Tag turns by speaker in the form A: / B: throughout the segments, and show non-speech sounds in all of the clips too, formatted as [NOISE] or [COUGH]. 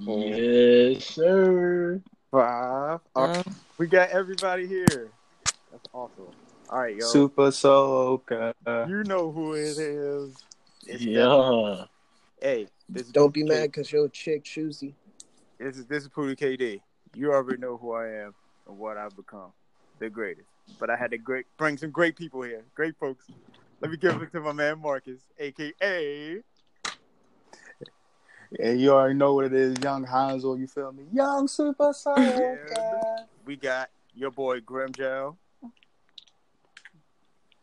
A: Yes, sir.
B: Five. Okay.
C: Uh,
B: We got everybody here. That's awesome. All right, yo.
D: Super Soaker.
B: You know who it is. It's
A: Yeah.
B: Hey, this is
C: don't be
B: Pootie
C: mad because your chick choosy.
B: K- This is this is Pootie KD. You already know who I am and what I've become. The greatest. But I had to great bring some great people here. Great folks. Let me give it to my man Marcus, aka
D: Yeah, you already know what it is, Young Hanzo. You feel me?
B: [LAUGHS]
D: Young Super Soaker.
B: we got your boy Grim Gel.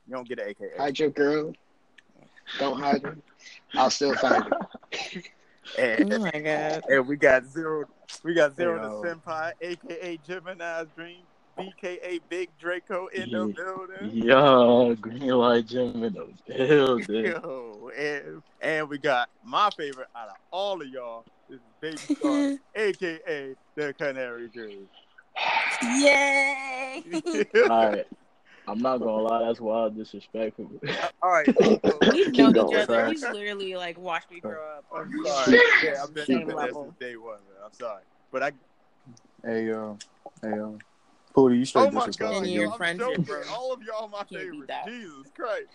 B: You don't get an AKA.
E: Hide your girl. Don't hide her. I'll still find her.
B: And,
C: Oh my god.
B: and we got zero we got zero
D: Yo.
B: to Senpai, aka Gemini's Dream, BKA Big Draco in the
A: Yeah.
B: building.
A: Yeah. Green light gym in the building.
B: Yo, and, and we got my favorite out of all of y'all is Baby Star,
C: [LAUGHS]
B: aka the Canary Dream. [LAUGHS]
C: [LAUGHS] Yay!
A: All right. I'm not gonna lie, that's wild disrespectful.
B: all right,
C: [LAUGHS] We've
E: Keep
C: known
E: going.
C: each other. We've
D: Sorry.
C: literally like watched me grow up.
B: I'm sorry. Yeah, I've been
C: Same
B: doing this
C: level.
B: since day one. Man. I'm sorry, but I.
D: Hey, yo. Hey, yo. Pootie, you
B: Oh
D: straight
B: my
D: disrespectful.
B: god, yo,
C: And your
B: I'm
C: friends
B: joking.
C: are broke.
B: All of y'all my
C: Can't beat
B: favorites.
C: that.
B: Jesus Christ.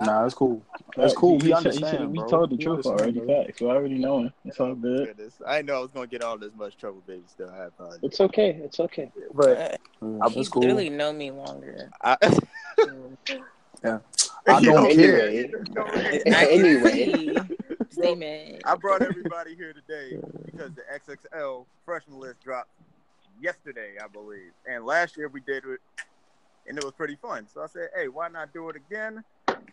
D: Nah, that's cool. That's cool.
A: He-
D: We
A: he-
D: understand,
A: he- We
D: bro.
A: told the
D: We
A: truth
D: understand,
A: already,
D: bro.
A: facts. We already know it. It's all good.
B: Goodness. I didn't know I was gonna get all this much trouble, baby. Still, I apologize.
E: It's okay. It's okay.
B: But
D: Yeah,
C: He's
D: that's cool.
C: Uh, literally known me [LAUGHS] longer.
B: [LAUGHS] I, [LAUGHS]
D: I
B: Yo,
D: don't care.
E: Anyway.
B: no,
C: [LAUGHS]
E: anyway.
C: Stay mad.
B: I brought everybody here today because the XXL freshman list dropped yesterday, I believe. And last year we did it, and it was pretty fun. So I said, hey, why not do it again?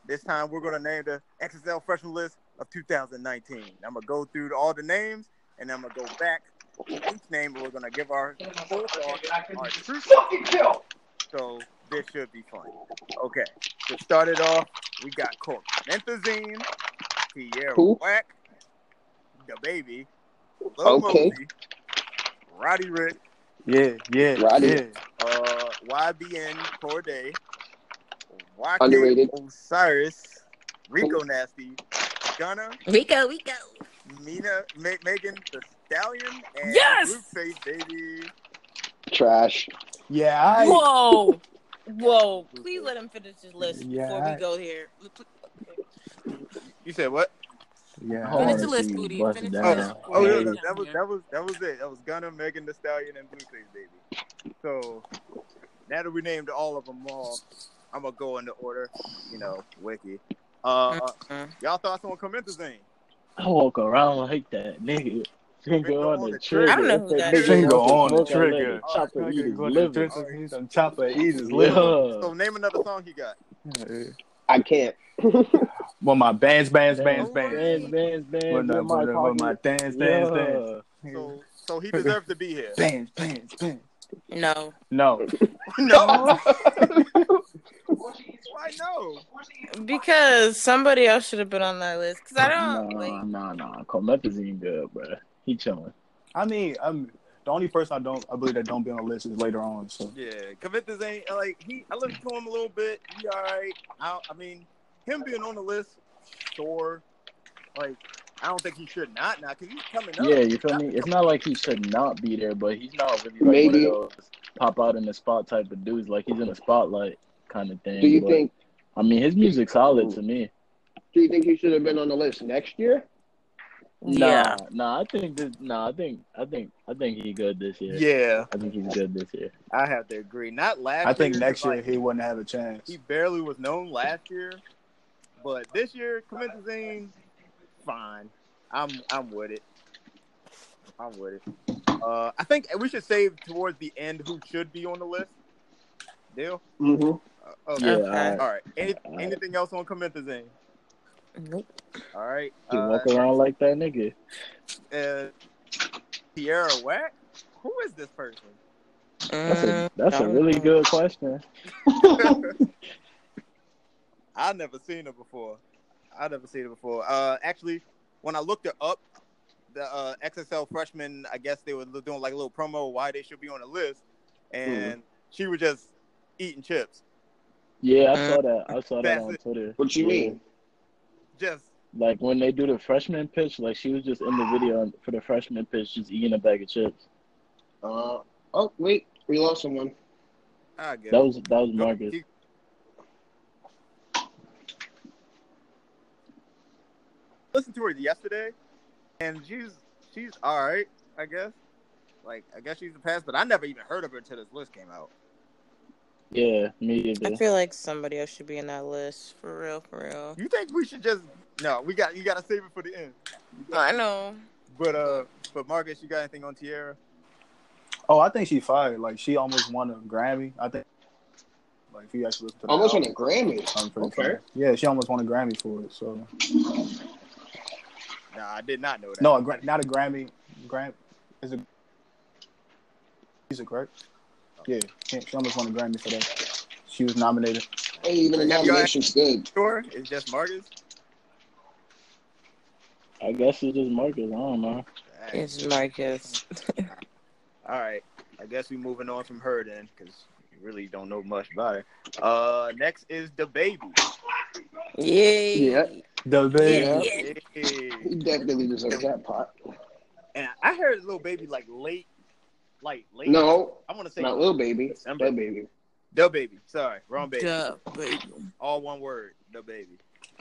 B: This time we're going to name the XXL freshman list of 2019. I'm going to go through all the names, and I'm going to go back to each name, and we're going to give our full thoughts, our true fucking kill. So this should be fun. Okay, to start it off, we got Court Menthazine, Tierra
E: Who?
B: Black, the baby, Lil
E: Okay.
B: Mosey, Roddy Rick,
D: Yeah, yeah,
E: Roddy.
D: yeah.
B: uh, YBN Corday, YK
E: Underrated.
B: Osiris, Rico Nasty, Gunna,
C: We go, we go.
B: Mina, Ma- Megan the Stallion, and
C: Yes!
B: Blueface Baby.
E: Trash.
D: Yeah, I.
C: Whoa. Whoa. Please let him finish his list
D: Yeah,
C: before we
D: I-
C: go here.
B: You said what?
D: Yeah.
A: Oh, I wanna
C: the list,
A: see you
C: Booty.
A: bust it
C: Finish the
A: down.
C: list.
B: Oh, yeah,
C: Yeah.
B: that, that was that was that was it. That was Gunna, Megan the Stallion, and Blueface Baby. So now that we named all of them all, I'm gonna go in the order. You know, wiki. Uh,
C: Mhm.
B: y'all thoughts on Commenters thing?
A: I walk around like that, nigga. Finger
B: Finger
A: on
B: on
A: the
B: the
A: trigger.
C: I don't know who that
A: Nigga
C: is.
D: Finger
A: don't
D: on the
A: smoke that
D: trigger. Oh,
A: nigga. Chopper eat his
D: Nigga,
A: liver.
D: He's on top of eat his liver.
B: So
A: Yeah.
B: name another song he got.
E: I can't.
D: Well, my bands, bands, bands,
B: Oh,
D: bands.
A: Bands, bands, bands.
D: Well, no,
A: in my
D: well, no, well, my
A: pocket.
D: dance, dance,
A: Yeah.
D: dance.
B: So so he deserves to be
D: [LAUGHS]
B: here. [LAUGHS]
D: Bands, bands, bands.
C: No.
D: No.
B: no, why no?
C: Because somebody else should have been on that list. Because I don't
A: Nah,
C: like.
A: nah, nah. Comethazine good, bro. He chilling.
D: I mean, I'm the only person I don't, I believe that don't be on the list is later on. So
B: Yeah, Commenters ain't like he. I listened to him a little bit. He all right. I, I mean, him being on the list, sure. Like I don't think he should not now because he's coming up.
A: Yeah, you feel me? It's not like he should not be there, but he's not really like
E: Maybe.
A: one of those pop out in the spot type of dudes. Like he's in the spotlight kind of thing.
E: Do you
A: but,
E: think
A: I mean, his music's solid to me.
E: do you think you should have been on the list next year?
A: Nah,
C: Yeah.
A: nah. I think this. Nah, I think. I think. I think he good this year.
B: Yeah,
A: I think he's good this year.
B: I have to agree. Not last.
D: I think
B: year,
D: next year
B: like,
D: he wouldn't have a chance.
B: he barely was known last year, but this year Commentazine, fine. I'm I'm with it. I'm with it. Uh, I think we should save towards the end who should be on the list. Deal.
E: Mm-hmm.
B: Uh, okay.
A: Yeah.
C: Okay.
A: I,
B: All right. Any,
A: Alright.
B: anything else on Commentazine?
C: Nope.
B: All right.
A: he
B: Uh,
A: walk around like that nigga.
B: uh, Tierra Whack. Who is this person?
A: That's a.
C: Mm,
A: That's a
C: don't
A: really
C: know.
A: good question.
B: I've never seen her before. I've never seen her before. Uh, actually, when I looked her up, the uh, XXL freshmen, I guess they were doing like a little promo why they should be on the list,
A: Mm-hmm.
B: and she was just eating chips,
A: Yeah, I saw that. I saw that
B: That's
A: on
B: it.
A: Twitter.
E: What you mean?
B: just
A: Like when they do the freshman pitch, like she was just in the video for the freshman pitch, just eating a bag of chips.
E: Uh, oh, wait. We lost someone.
B: I get
A: That
B: it.
A: was that was
B: Go-
A: Marcus.
B: keep- Listened to her yesterday, and she's she's all right, I guess. Like I guess she's the past, but I never even heard of her until this list came out.
A: Yeah, me
C: I
A: either.
C: feel like somebody else should be in that list for real, for real.
B: You think we should just no? We got you got to save it for the end.
C: I know.
B: But uh, but Marcus, you got anything on Tierra?
D: Oh, I think she fired. Like she almost won a Grammy. I think. Like if you actually listen to the
E: Almost won a
D: album,
E: Grammy.
D: I'm pretty
E: Okay.
D: sure. Yeah, she almost won a Grammy for it. So
B: Nah, I did not know that.
D: no, a, Gra- not a Grammy. Gram is a music, right? Yeah, she she almost won a Grammy for that. She was nominated.
E: Hey, even the nomination's good.
B: sure, it's just Marcus.
A: I guess it's just Marcus. I don't know.
C: It's Marcus.
B: All right. I guess we're moving on from her then, because we really don't know much about her. Uh, next is the baby.
C: Yay.
E: Yeah.
D: The baby.
E: Yeah.
B: Hey.
E: He definitely deserves that pot.
B: And I heard little baby like late, like late.
E: No,
B: I want to say
E: not little baby. That
B: December.
E: baby.
B: the baby. Sorry, wrong baby.
C: Duh, baby.
B: All one word. The baby.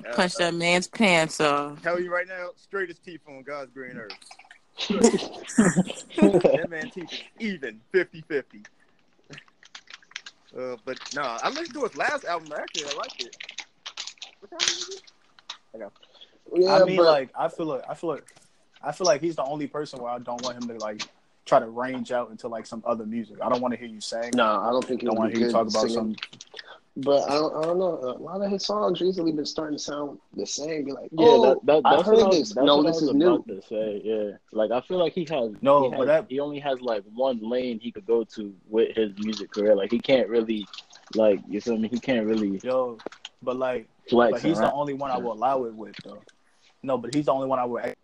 B: Uh,
C: Punch that man's pants off.
B: Tell you right now, straight as teeth on God's green
E: [LAUGHS]
B: earth. that man teeth is even 50 50. Uh, but no, I listened to his last album. Actually, I liked it. What album is it?
E: Yeah,
D: I mean,
E: but
D: like, I feel like I feel like I feel like he's the only person where I don't want him to like try to range out into like some other music. I don't want to hear you sing.
E: no, I don't think
D: I
E: he
D: don't
E: would
D: want
E: be
D: to
E: good
D: hear you talk about
E: singing.
D: some.
E: But I don't, I don't know. A lot of his songs recently been starting to sound the same. Be like,
A: Yeah,
E: oh,
A: that, that, that's
E: I've
A: what
E: heard
A: I was-
E: this.
A: That's
E: No,
A: what I
E: this
A: was
E: is new.
A: about To say, yeah, like I feel like he has
D: No,
A: he
D: but
A: has-
D: that-
A: he only has like one lane he could go to with his music career. Like he can't really, like you feel me? He can't really
D: Yo, but like,
A: flex.
D: but he's
A: around.
D: the only one I will allow it with though. No, but he's the only one I would.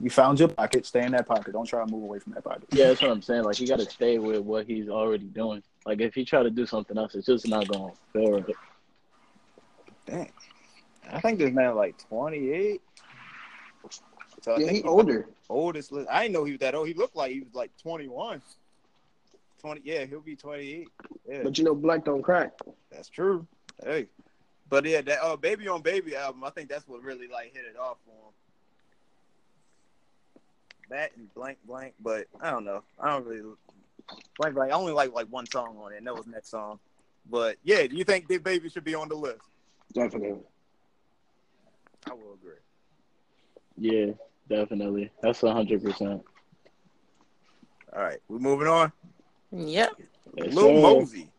D: You found your pocket. Stay in that pocket. Don't try to move away from that pocket.
A: Yeah, that's what I'm saying. Like he got to stay with what he's already doing. Like if he try to do something else, it's just not going to feel right.
B: I think this man like 28. So I
E: yeah,
B: think
E: he
B: he's the
E: older.
B: oldest. li- I didn't know he was that old. He looked like he was like 21. 20. Yeah, he'll be 28. Yeah,
E: But you know, black don't crack.
B: that's true. Hey, but yeah, that uh, baby on baby album. I think that's what really like hit it off for him. That and blank blank, but I don't know. I don't really blank blank. I only like like one song on it, and that was next song. But yeah, do you think Big Baby should be on the list?
E: Definitely.
B: I will agree.
A: Yeah, definitely. That's hundred percent.
B: All right, we're moving on.
C: [LAUGHS] Yep.
A: Yes,
B: Lil
A: sir.
B: Mosey.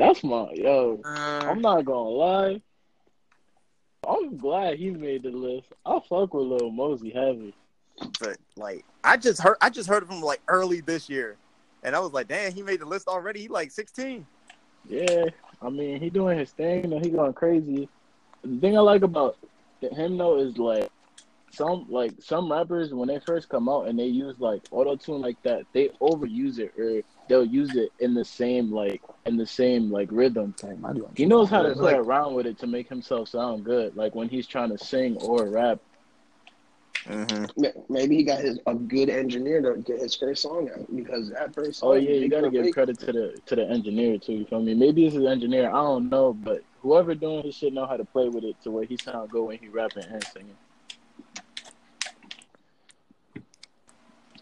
A: That's my yo. I'm
C: Um,
A: not gonna lie. I'm glad he made the list. I fuck with Lil Mosey heavy.
B: but like I just heard I just heard of him like early this year, and I was like, damn, he made the list already. He like sixteen.
A: Yeah, I mean he doing his thing and he going crazy. The thing I like about him though is like some like some rappers when they first come out and they use like auto tune like that, they overuse it or they'll use it in the same like in the same like rhythm.
D: Dang, my dude.
A: He knows how to
E: Yeah,
A: play
E: like-
A: around with it to make himself sound good. Like when he's trying to sing or rap.
B: Mm-hmm.
E: Ma- Maybe he got his a good engineer to get his first song out because that first song.
A: Oh yeah, you gotta give
E: Big-
A: credit to the to the engineer too. You feel me? Maybe it's his engineer. I don't know, but whoever doing his shit know how to play with it to where he sound good when he rapping and singing.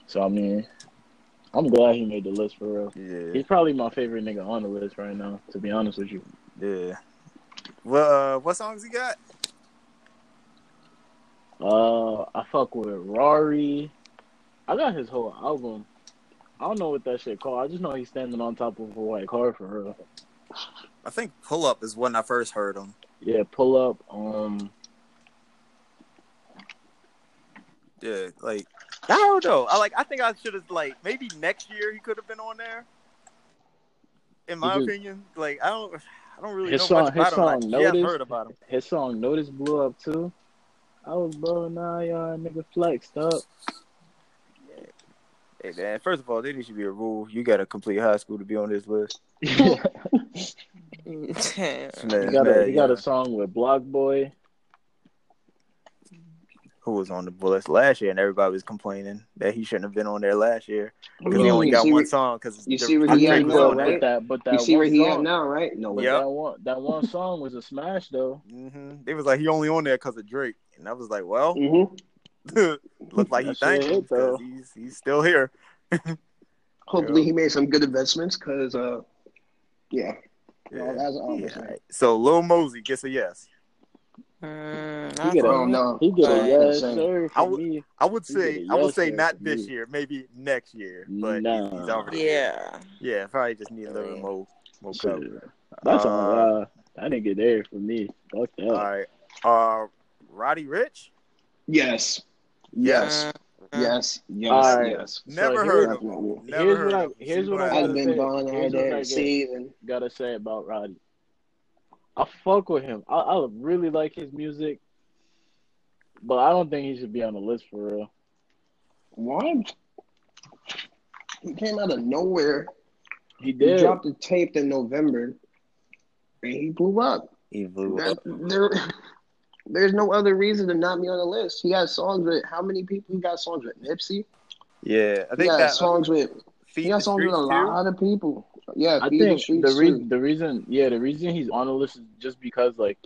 A: So I mean, I'm glad he made the list for real.
B: Yeah,
A: He's probably my favorite nigga on the list right now. To be honest with you,
B: yeah. Well, uh, what songs he got?
A: uh, I fuck with Rari. I got his whole album. I don't know what that shit called. I just know he's standing on top of a white car for real.
B: I think Pull Up is when I first heard him.
A: Yeah, pull up. Um,
B: Yeah, like I don't know. I like I think I should have like maybe next year he could have been on there. In my
A: Mhm.
B: opinion, like I don't. I don't really
A: His
B: know
A: song-
B: much
A: his
B: about him. Like,
A: song,
B: yeah, I've
A: Notice.
B: heard about him.
A: his song Notice blew up too. I was blowing now, y'all nigga flexed
E: [LAUGHS]
A: up.
B: Hey, man, first of all, there should be a rule. You got to complete high school to be on this list.
C: Damn.
A: He got a he got a song with Block Boy.
B: who was on the bullets last year, and everybody was complaining that he shouldn't have been on there last year because he
E: Mm,
B: only
E: you
B: got
E: see
B: one
E: where-
B: song. Because
E: you see where
A: I
E: he at
A: think
E: now,
A: so,
E: right?
A: but that but that
E: You see
A: one
E: where he at
A: song,
E: now, right? No
A: but
E: way.
B: Yeah. Yep.
A: that one that
E: [LAUGHS]
A: one song was a smash though.
B: hmm They was like he only on there because of Drake, and I was like, well,
E: Mm-hmm.
B: [LAUGHS] looked like he
A: Mm. That shit
B: thanked him
A: hit, though.
B: because he's he's still here.
E: Hopefully
B: Yeah.
E: he made some good investments because, uh, yeah.
B: Yeah.
E: No, that's all I'm
B: Yeah.
E: saying.
B: So Lil Mosey gets a yes.
C: Mm,
A: You get a-
E: Oh no.
A: He get
C: Right.
A: a yes
E: Same.
A: sir
B: I
A: for
B: would-
A: me.
B: I would
A: He get a
B: say I would
A: yes
B: say
A: there
B: not
A: for
B: this
A: me.
B: year, maybe next year. But
A: Nah.
B: he's, he's already
C: mm. yeah.
B: yeah. Probably just need a little bit more more
A: Shit.
B: cover.
A: That's
B: Uh,
A: all. Uh, that nigga there for me. Fuck that.
B: All right. Uh, Roddy Rich.
E: Yes. Yes.
B: Uh,
C: Mm.
E: Yes. Yes.
A: All right.
E: yes.
A: here-
B: Never heard of him.
E: Definitely.
B: Never
A: Here's
B: heard
A: what I-
B: of him.
A: here's
B: See
A: what I-
E: I've
B: happens.
E: been
A: Here's
E: gone out
A: what I
E: there,
A: get.
E: saving.
A: Gotta say about Roddy. I fuck with him. I, I really like his music, but I don't think he should be on the list for real.
E: What? He came out of nowhere.
A: He
E: He
A: did.
E: dropped the tape in November, and he blew up.
B: He blew up.
E: That- there, [LAUGHS] there's no other reason to not be on the list. He got songs with how many people? He got songs with Nipsey.
B: Yeah, I
E: He
B: think
E: got
B: that uh,
E: songs with.
B: feed
E: He got
B: the
E: songs with
B: streets
E: a
B: too.
E: lot of people. Yeah,
A: I
E: Feed
A: think the
E: Streets
A: reason,
E: too.
A: the reason, yeah, the reason he's on the list is just because like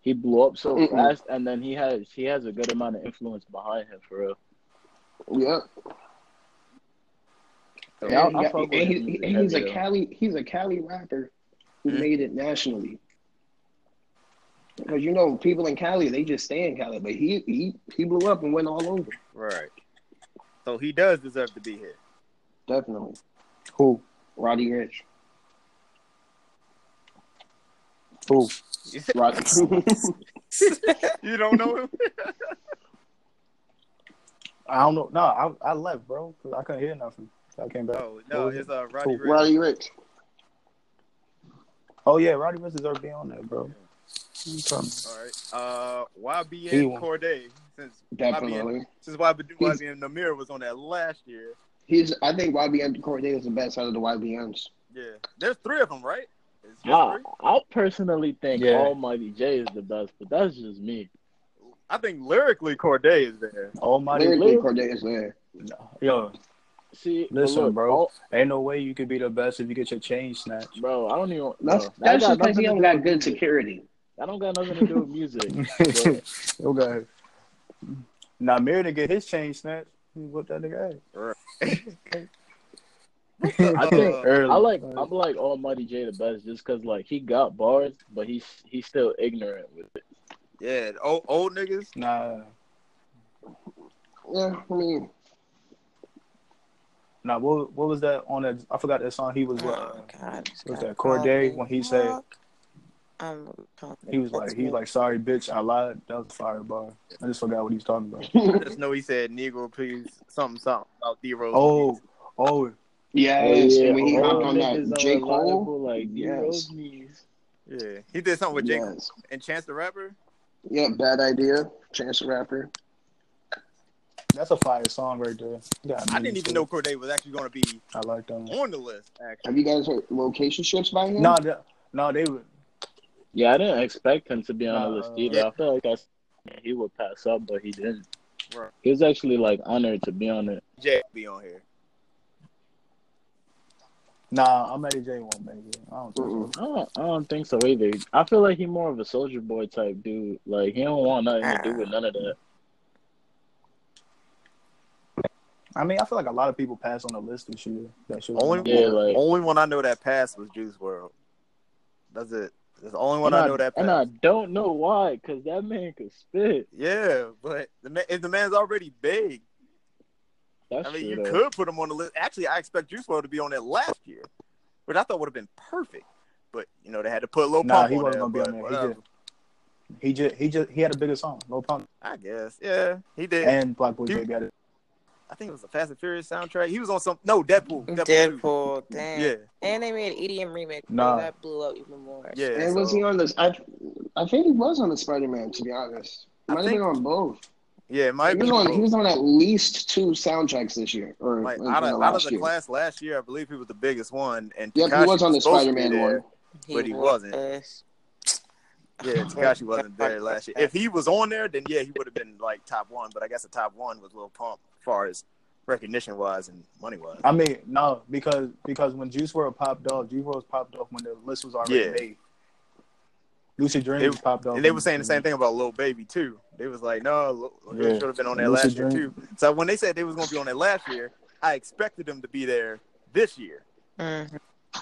A: he blew up so
E: Mm-mm.
A: fast, and then he has he has a good amount of influence behind him for real.
E: Yeah, and,
A: I- I
E: he got-
A: fuck with
E: and
A: his
E: he-
A: music
E: and he's
A: heavy,
E: a
A: though.
E: Cali. He's a Cali rapper who
A: Hmm.
B: Mhm.
E: made it nationally. Because you know, people in Cali, they just stay in Cali, but he he he blew up and went all over.
B: Right. So he does deserve to be here.
E: Definitely,
D: Who?
E: Roddy Rich.
D: Who?
B: You
D: Roddy.
B: don't know him?
D: I don't know. No, I, I left, bro. 'cause I couldn't hear nothing. So I came back.
B: [LAUGHS] No, no, it's uh, Roddy
D: Who?
B: Rich.
E: [LAUGHS] Roddy Rich.
D: Oh yeah, Roddy Rich deserved being on there, bro. You talking-
B: All right. Uh,
D: He
B: YBN
D: won.
B: Corday. Since
E: Definitely.
B: YBN, since YBN,
E: He's-
B: YBN Namir was on that last year.
E: He's. I think YBN Corday is the best out of the YBNs.
B: Yeah. There's three of them, right? It's just
A: I
B: three?
A: I personally think
D: Yeah.
A: Almighty J is the best, but that's just me.
B: I think lyrically Corday is there.
D: Almighty,
E: Lyrically, Corday is there.
D: yo,
A: See, but
D: Listen,
A: look,
D: bro.
A: Al-
D: ain't no way you could be the best if you get your
A: [LAUGHS]
D: chain snatched.
A: bro, I don't even.
E: That's
A: bro, that
E: that's
A: got
E: just because
A: nothing
E: he
A: to
E: don't
A: do
E: got
A: with
E: good
A: music.
E: security.
A: That don't got nothing to do with music.
D: [LAUGHS]
A: but
D: okay. Now Mir to get his chain snatched. What that nigga ass.
A: I think
B: Uh,
D: Early.
A: I like I'm like Almighty J the best just because like he got bars, but he's he's still ignorant with it.
B: Yeah, the old, old niggas.
D: Nah,
E: Yeah, I [LAUGHS] mean,
D: nah. What what was that on that? I forgot that song. He was uh,
C: Oh, God.
D: was that Corday when he said-
C: I'm
D: he was like he was like sorry bitch I lied. That was a fire bar. I just forgot what he was talking about.
B: I just know he said Negro, please, something, something about D Rose.
D: [LAUGHS] Oh oh
E: yes.
A: Oh, yeah,
E: and when he
A: all
E: hopped on
A: niggas
E: that
A: are
E: J Cole,
A: reliable, like
E: Yes.
A: yes. knees.
B: Yeah. He did something with Jake
E: yes,
B: and Chance the Rapper.
E: yeah, bad idea. Chance the Rapper.
D: that's a fire song right there. Yeah,
B: I didn't even know Corday was actually going to be
D: I like that one.
B: on the list, actually.
E: Have you guys heard location ships by him?
D: No, that, no, they were
A: Yeah, I didn't expect him to be on the
D: Nah,
A: list either. I feel like I s- he would pass up, but he didn't.
B: Right.
A: He was actually like honored to be on it.
B: Jay be on here.
D: nah. I'm Eddie J one baby. I don't think so.
E: Mm-mm.
A: I don't, I don't think so either. I feel like he more of a soldier boy type dude. Like he don't want nothing to do with none of that.
D: I mean, I feel like a lot of people pass on the list this year. That shit.
B: Only
A: Yeah,
B: one,
A: like-
B: only one I know that passed was Juice World. That's it. That's the only one I, know that passed.
A: and I don't know why, because that man could spit.
B: yeah, but the man, if the man's already big,
A: That's
B: I mean,
A: true,
B: you
A: though.
B: could put him on the list. Actually, I expect Juice World to be on that last year, which I thought would have been perfect. But you know, they had to put a little
D: Nah,
B: pump
D: he
B: on there.
D: wasn't gonna be
B: but
D: on there.
B: whatever.
D: He just, he just, he just, he had a bigger song, no pump,
B: I guess, yeah, he did.
D: and Black Boy
B: He-
D: Baby had it.
B: I think it was the Fast and Furious soundtrack. He was on some no Deadpool. Deadpool. two.
C: Deadpool, damn.
B: Yeah,
C: And they made an EDM remake. so
D: Nah.
C: That blew up even more.
B: yeah.
E: And was
B: so-
E: he on this? I, I think he was on the Spider Man. To be honest,
B: I
E: might have
B: think-
E: been on both.
B: Yeah, it
E: He
B: might
E: was
B: be
E: on.
B: both.
E: He was on at least two soundtracks this year, or
B: Like
E: uh,
B: out of, out of
E: last
B: the
E: year.
B: class last year, I believe he was the biggest one. And
E: Yep, he
B: Takashi
E: was on the
B: supposed to
E: Spider Man
B: be there.
E: one.
B: But he
C: was
B: wasn't.
C: ass.
B: Yeah, Takashi wasn't there last year. If he was on there, then yeah, he would have been like top one. But I guess the top one was Lil Pump, as far as recognition wise and money wise.
D: I mean, no, because because when Juice WRLD popped off, Juice WRLD popped off when the list was already
B: Yeah.
D: made. Lucid Dreams
B: They-
D: popped off,
B: And they were saying the same thing about Lil Baby too. They was like, no, Lil
D: Yeah.
B: should have been on there
D: Lucid
B: last year
D: Dream.
B: too. So when they said they was gonna be on there last year, I expected them to be there this year.
C: Mhm.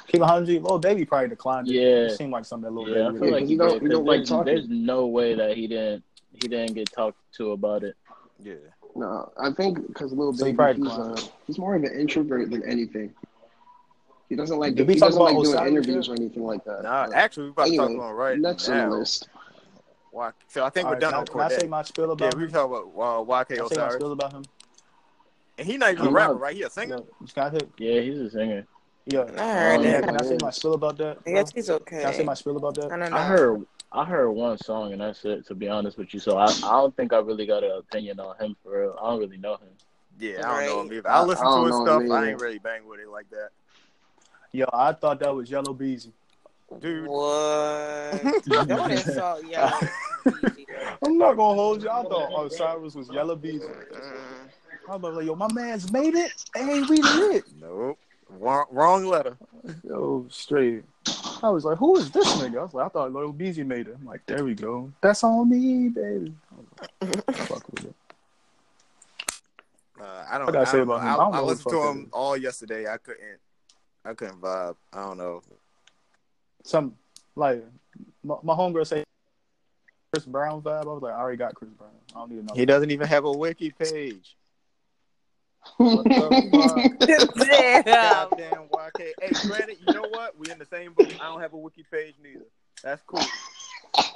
D: Keep it hundred, little baby probably declined. It.
A: Yeah.
D: it seemed like something that little
A: Yeah, I
D: baby.
A: feel like
E: you
A: he
E: don't-
A: did,
E: you don't
A: 'cause
E: like
A: there's,
E: talking.
A: There's no way that he didn't he didn't get talked to about it.
B: Yeah,
E: No, I think because Lil
D: So he
E: Baby,
D: probably
E: he's,
D: blind.
E: uh, he's more of an introvert than anything. He doesn't like
D: Did we
E: he
D: talk
E: doesn't
D: about
E: like doing
D: Osiris
E: interviews or anything like that.
B: nah.
E: Uh,
B: Actually, we about to
E: anyway,
B: talk about right
E: next on the
B: now.
E: list.
B: Why- So I think
D: All
B: we're
D: right,
B: done
D: can, I-
B: on
D: can I say
B: Corvette.
D: my spiel about
B: Yeah,
D: him?
B: we talk about uh, YK
D: Can I say my
B: Osiris,
D: spill about him?
B: and he not even a
A: I'm
B: rapper,
A: not-
B: right? He a singer.
D: Yeah, can I say-
A: Yeah, he's a singer.
D: yeah.
C: I
A: Oh,
C: heard
D: yeah,
C: it.
D: can I say my spill about that?
C: I
D: bro?
C: guess he's okay.
D: Can I say my spill about
C: I
D: that?
C: don't know.
A: I heard I heard one song and that's it. To be honest with you, so I, I don't think I really got an opinion on him for real. I don't really know him.
B: Yeah, I don't know
C: Right.
B: him either. I
E: I-
B: listen
E: I
B: to
E: don't
B: his
E: know
B: stuff.
E: him
B: I
E: either.
B: ain't really bang with it like that,
D: Yo, I thought that was Yellow Beezy.
B: dude.
C: What? don't insult y'all.
D: I'm not gonna hold you. I thought Osiris was Yellow Beezy. I was like, yo, my man's made it. Hey, we did it.
B: Nope. Wrong, wrong letter.
D: Yo, straight. I was like, who is this nigga? I was like, I thought Lil Beezy made it. I'm like, there we go. That's on me, baby. Fuck with it.
B: Uh, I don't.
D: What I
B: I,
D: say
B: don't know.
D: about him?
B: I,
D: I don't
B: I
D: know who
B: listened
D: the
B: to
D: fuck
B: him
D: that
B: all yesterday. I couldn't. I couldn't vibe. I don't know.
D: Some like my, my homegirl say Chris Brown vibe. I was like, I already got Chris Brown. I don't need another.
B: He doesn't even have a wiki page.
E: [LAUGHS]
C: yeah.
B: Goddamn YK. Hey, granted, you know what? We in the same boat. I don't have a wiki page neither. That's cool. All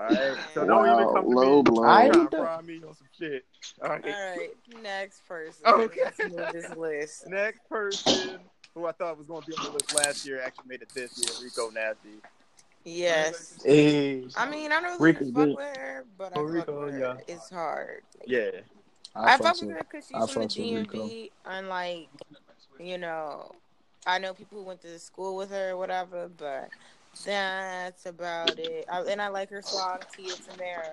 B: right. So don't even
E: Wow,
B: come to
E: low
B: me.
E: blow.
D: I-
B: trying to fry me on some shit. All right.
C: All right, next person.
B: Okay.
C: Let's move this list.
B: Next person who I thought was going to be on the list last year actually made it this year. Rico Nasty.
C: Yes.
D: Hey,
C: I mean, I don't really
D: Rick
C: fuck
D: is
C: with
D: good.
C: her, but I
D: Oh,
C: fuck
D: Rico,
C: with her.
D: yeah.
C: It's hard.
B: Yeah.
C: I,
D: fucks
C: fuck with
D: with-
C: her because she's
D: I
C: from the
D: fucks with
C: DMV, and like, you know, I know people who went to school with her or whatever, but that's about it. I, and I like her song "Tia Tamara"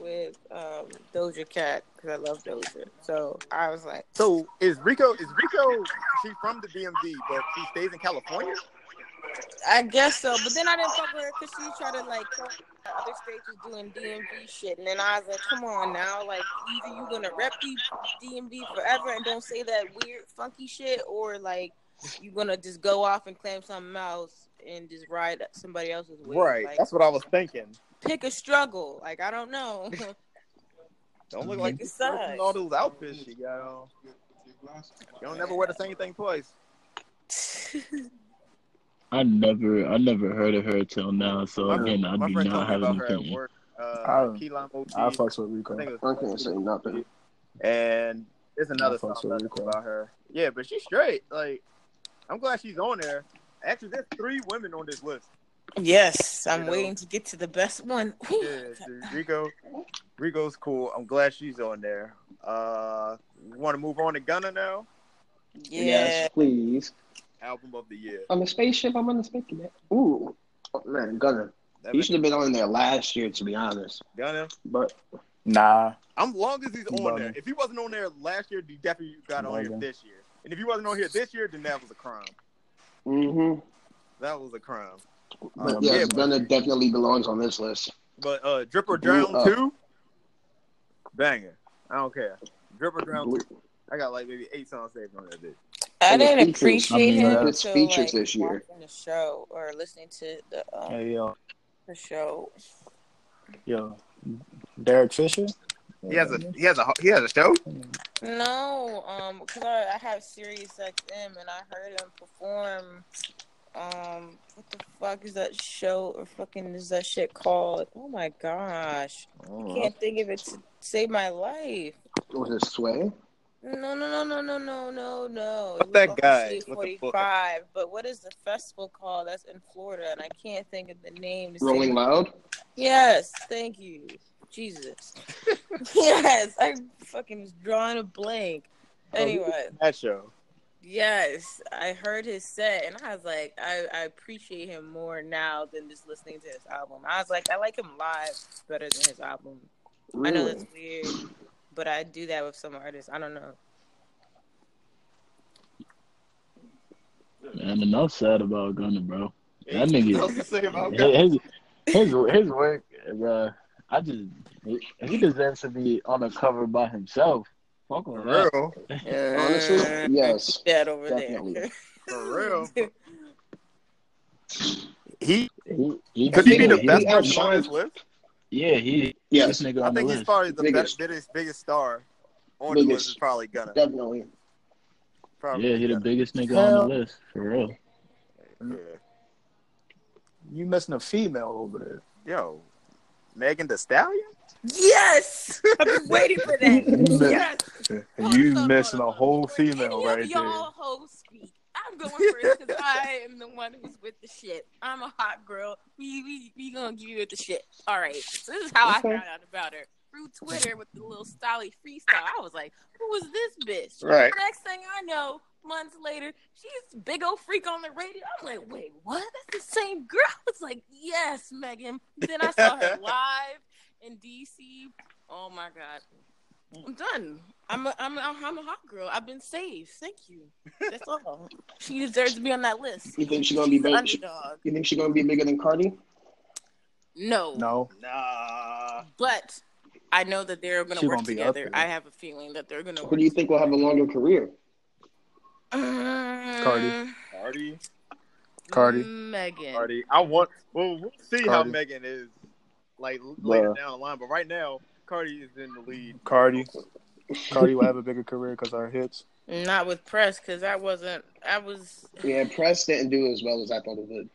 C: with um, Doja Cat because I love Doja. So I was like,
B: So is Rico? Is Rico? She from the DMV, but she stays in California.
C: I guess so. But then I didn't fuck with her because she tried to like come the other states was doing DMV shit, and then I was like, come on now, like either you gonna rep the DMV forever and don't say that weird funky shit, or like you gonna just go off and claim something else and just ride somebody else's wave. Like,
B: what I was thinking.
C: pick a struggle. Like I don't know. [LAUGHS]
B: Don't look [LAUGHS]
C: Mhm.
B: like
C: Like
B: you
C: it sucks.
B: wearing [LAUGHS] all those outfits she got on. You don't never wear the same thing twice.
A: I never I never heard of her till now. So
B: My-
A: again, I
B: My
A: do
B: friend
A: not
B: told me
A: have
B: about
A: an
B: her at
A: opinion.
B: work. Uh,
D: Oh.
B: Key Lime OT.
D: I fucks with
B: I
D: Rico.
B: think it
E: I
B: was-
E: can't say nothing.
B: And there's another
D: I fucks
B: song I
D: with
B: know
D: Rico.
B: about her. Yeah, but she's straight. Like, I'm glad she's on there. Actually, there's three women on this list.
C: [LAUGHS] yes,
B: I'm You
C: I'm
B: know. waiting
C: waiting to get to the best one. [LAUGHS]
B: Yeah, dude, Rico. Rico's cool. I'm glad she's on there. Uh, you want to move on to Gunna now?
C: yeah.
E: please.
B: Album of the year.
E: I'm a spaceship. I'm on a spaceship. Ooh, Oh, man, Gunner.
B: That
E: He
B: makes-
E: should have been on there last year, to be honest.
B: Gunna.
E: But
D: Nah,
B: I'm long as he's on
D: Bugging.
B: there. If he wasn't on there last year, he definitely got on here
D: Bugging.
B: this year. And if he wasn't on here this year, then that was a crime.
E: hmm
B: That was a crime.
E: Oh, but
D: Um,
E: yes,
B: yeah, but-
E: Gunner definitely belongs on this list.
B: But uh, Drip or
E: Blew
B: Drown
E: up.
B: two, banger. I don't care. Drip or Drown
E: Blue-
B: two. I got like maybe eight songs saved on that bitch.
C: I
E: And the
C: didn't
E: features,
C: appreciate
D: I mean,
C: him
D: uh,
E: his
C: until
E: features
C: like,
E: this year.
C: watching the show or listening to the um,
D: hey yo,
C: the show.
D: yo, Derek Fisher.
B: He has a he has a he has a show.
C: No, um, because I, I have Sirius XM and I heard him perform. Um, what the fuck is that show or fucking is that shit called? Oh my gosh,
B: Uh-huh.
C: I can't think of it to save my life.
E: Was it Sway?
C: No, no, no, no, no, no, no, no.
B: What's
C: It was
B: that
C: off of
B: guy
C: City
B: with the book?
C: 45, but what is the festival called? That's in Florida, and I can't think of the name. To save
E: Rolling
C: my-
E: Loud?
C: Yes, thank you, Jesus. [LAUGHS] yes, I fucking was drawing a blank. Anyway,
B: That show.
C: Yes, I heard his set, and I was like, I, I appreciate him more now than just listening to his album. I was like, I like him live better than his album. I know that's
E: Really?
C: weird, but I do that with some artists. I don't know.
A: Man, enough said about Gunna, bro. That
B: What
A: nigga,
B: else to say about that?
A: his his his work, bro. I just he, he deserves to be on a cover by himself. Fuck with
B: For
A: that.
B: real.
E: Honestly,
C: Uh,
E: yes.
C: that over there.
E: Definitely.
B: For real. He
A: He, he,
B: could he be
E: Nigga,
B: the
E: he
B: best person on
E: outshined-
B: this list?
A: Yeah, he
E: Yes.
A: this nigga
B: I
A: on the
B: think he's
A: list.
B: probably the
E: Biggest.
B: best, biggest, biggest star on the list.
E: Biggest.
B: Is probably gonna.
E: Definitely.
B: Probably
A: Yeah, he the
B: Gunna.
A: biggest nigga
D: Hell.
A: on the list for real.
D: You missing a female over there.
B: Yeah. Yo, Megan The Stallion.
C: [LAUGHS] Yes, I've been waiting for that.
D: You bet.
C: yes,
D: You
C: Hold up,
D: missing
C: hold
D: a
C: up,
D: whole
C: hold up. Before
D: female
C: any
D: right
C: of
D: there.
C: Y'all hoes speak. I'm going first because I am the one who's with the shit. I'm a hot girl. We we we gonna give you the shit. All right. So this is how I
E: Okay.
C: found out about her through Twitter with the little stolly freestyle. I was like, who is this bitch?
E: Right.
C: Next thing I know, months later, she's big old freak on the radio. I'm like, wait, what? That's the same girl. It's like, yes, Megan. Then I
E: [LAUGHS]
C: saw her live in DC. Oh my god, I'm done. I'm a, I'm a, I'm a hot girl. I've been saved. Thank you. That's all. she deserves to be on that list.
E: You think she's gonna be
C: She's the
E: big?
C: underdog.
E: You think she's gonna be bigger than Cardi?
C: No,
D: No.
B: Nah.
C: but I know that they're gonna
D: She
C: work
D: gonna be up
C: together.
D: there.
C: I have a feeling that they're gonna.
E: Who do you think will have a longer career?
C: Cardi.
B: Cardi.
D: Cardi.
C: Mm, Megan.
B: Cardi. I want. Well, we'll see how
D: Cardi.
B: Megan is like later down the line. But right now, Cardi is in the lead.
D: Cardi. Cardi will have a bigger career because our hits.
C: Not with press because I wasn't. I was.
E: Yeah, Press didn't do as well as I thought it would.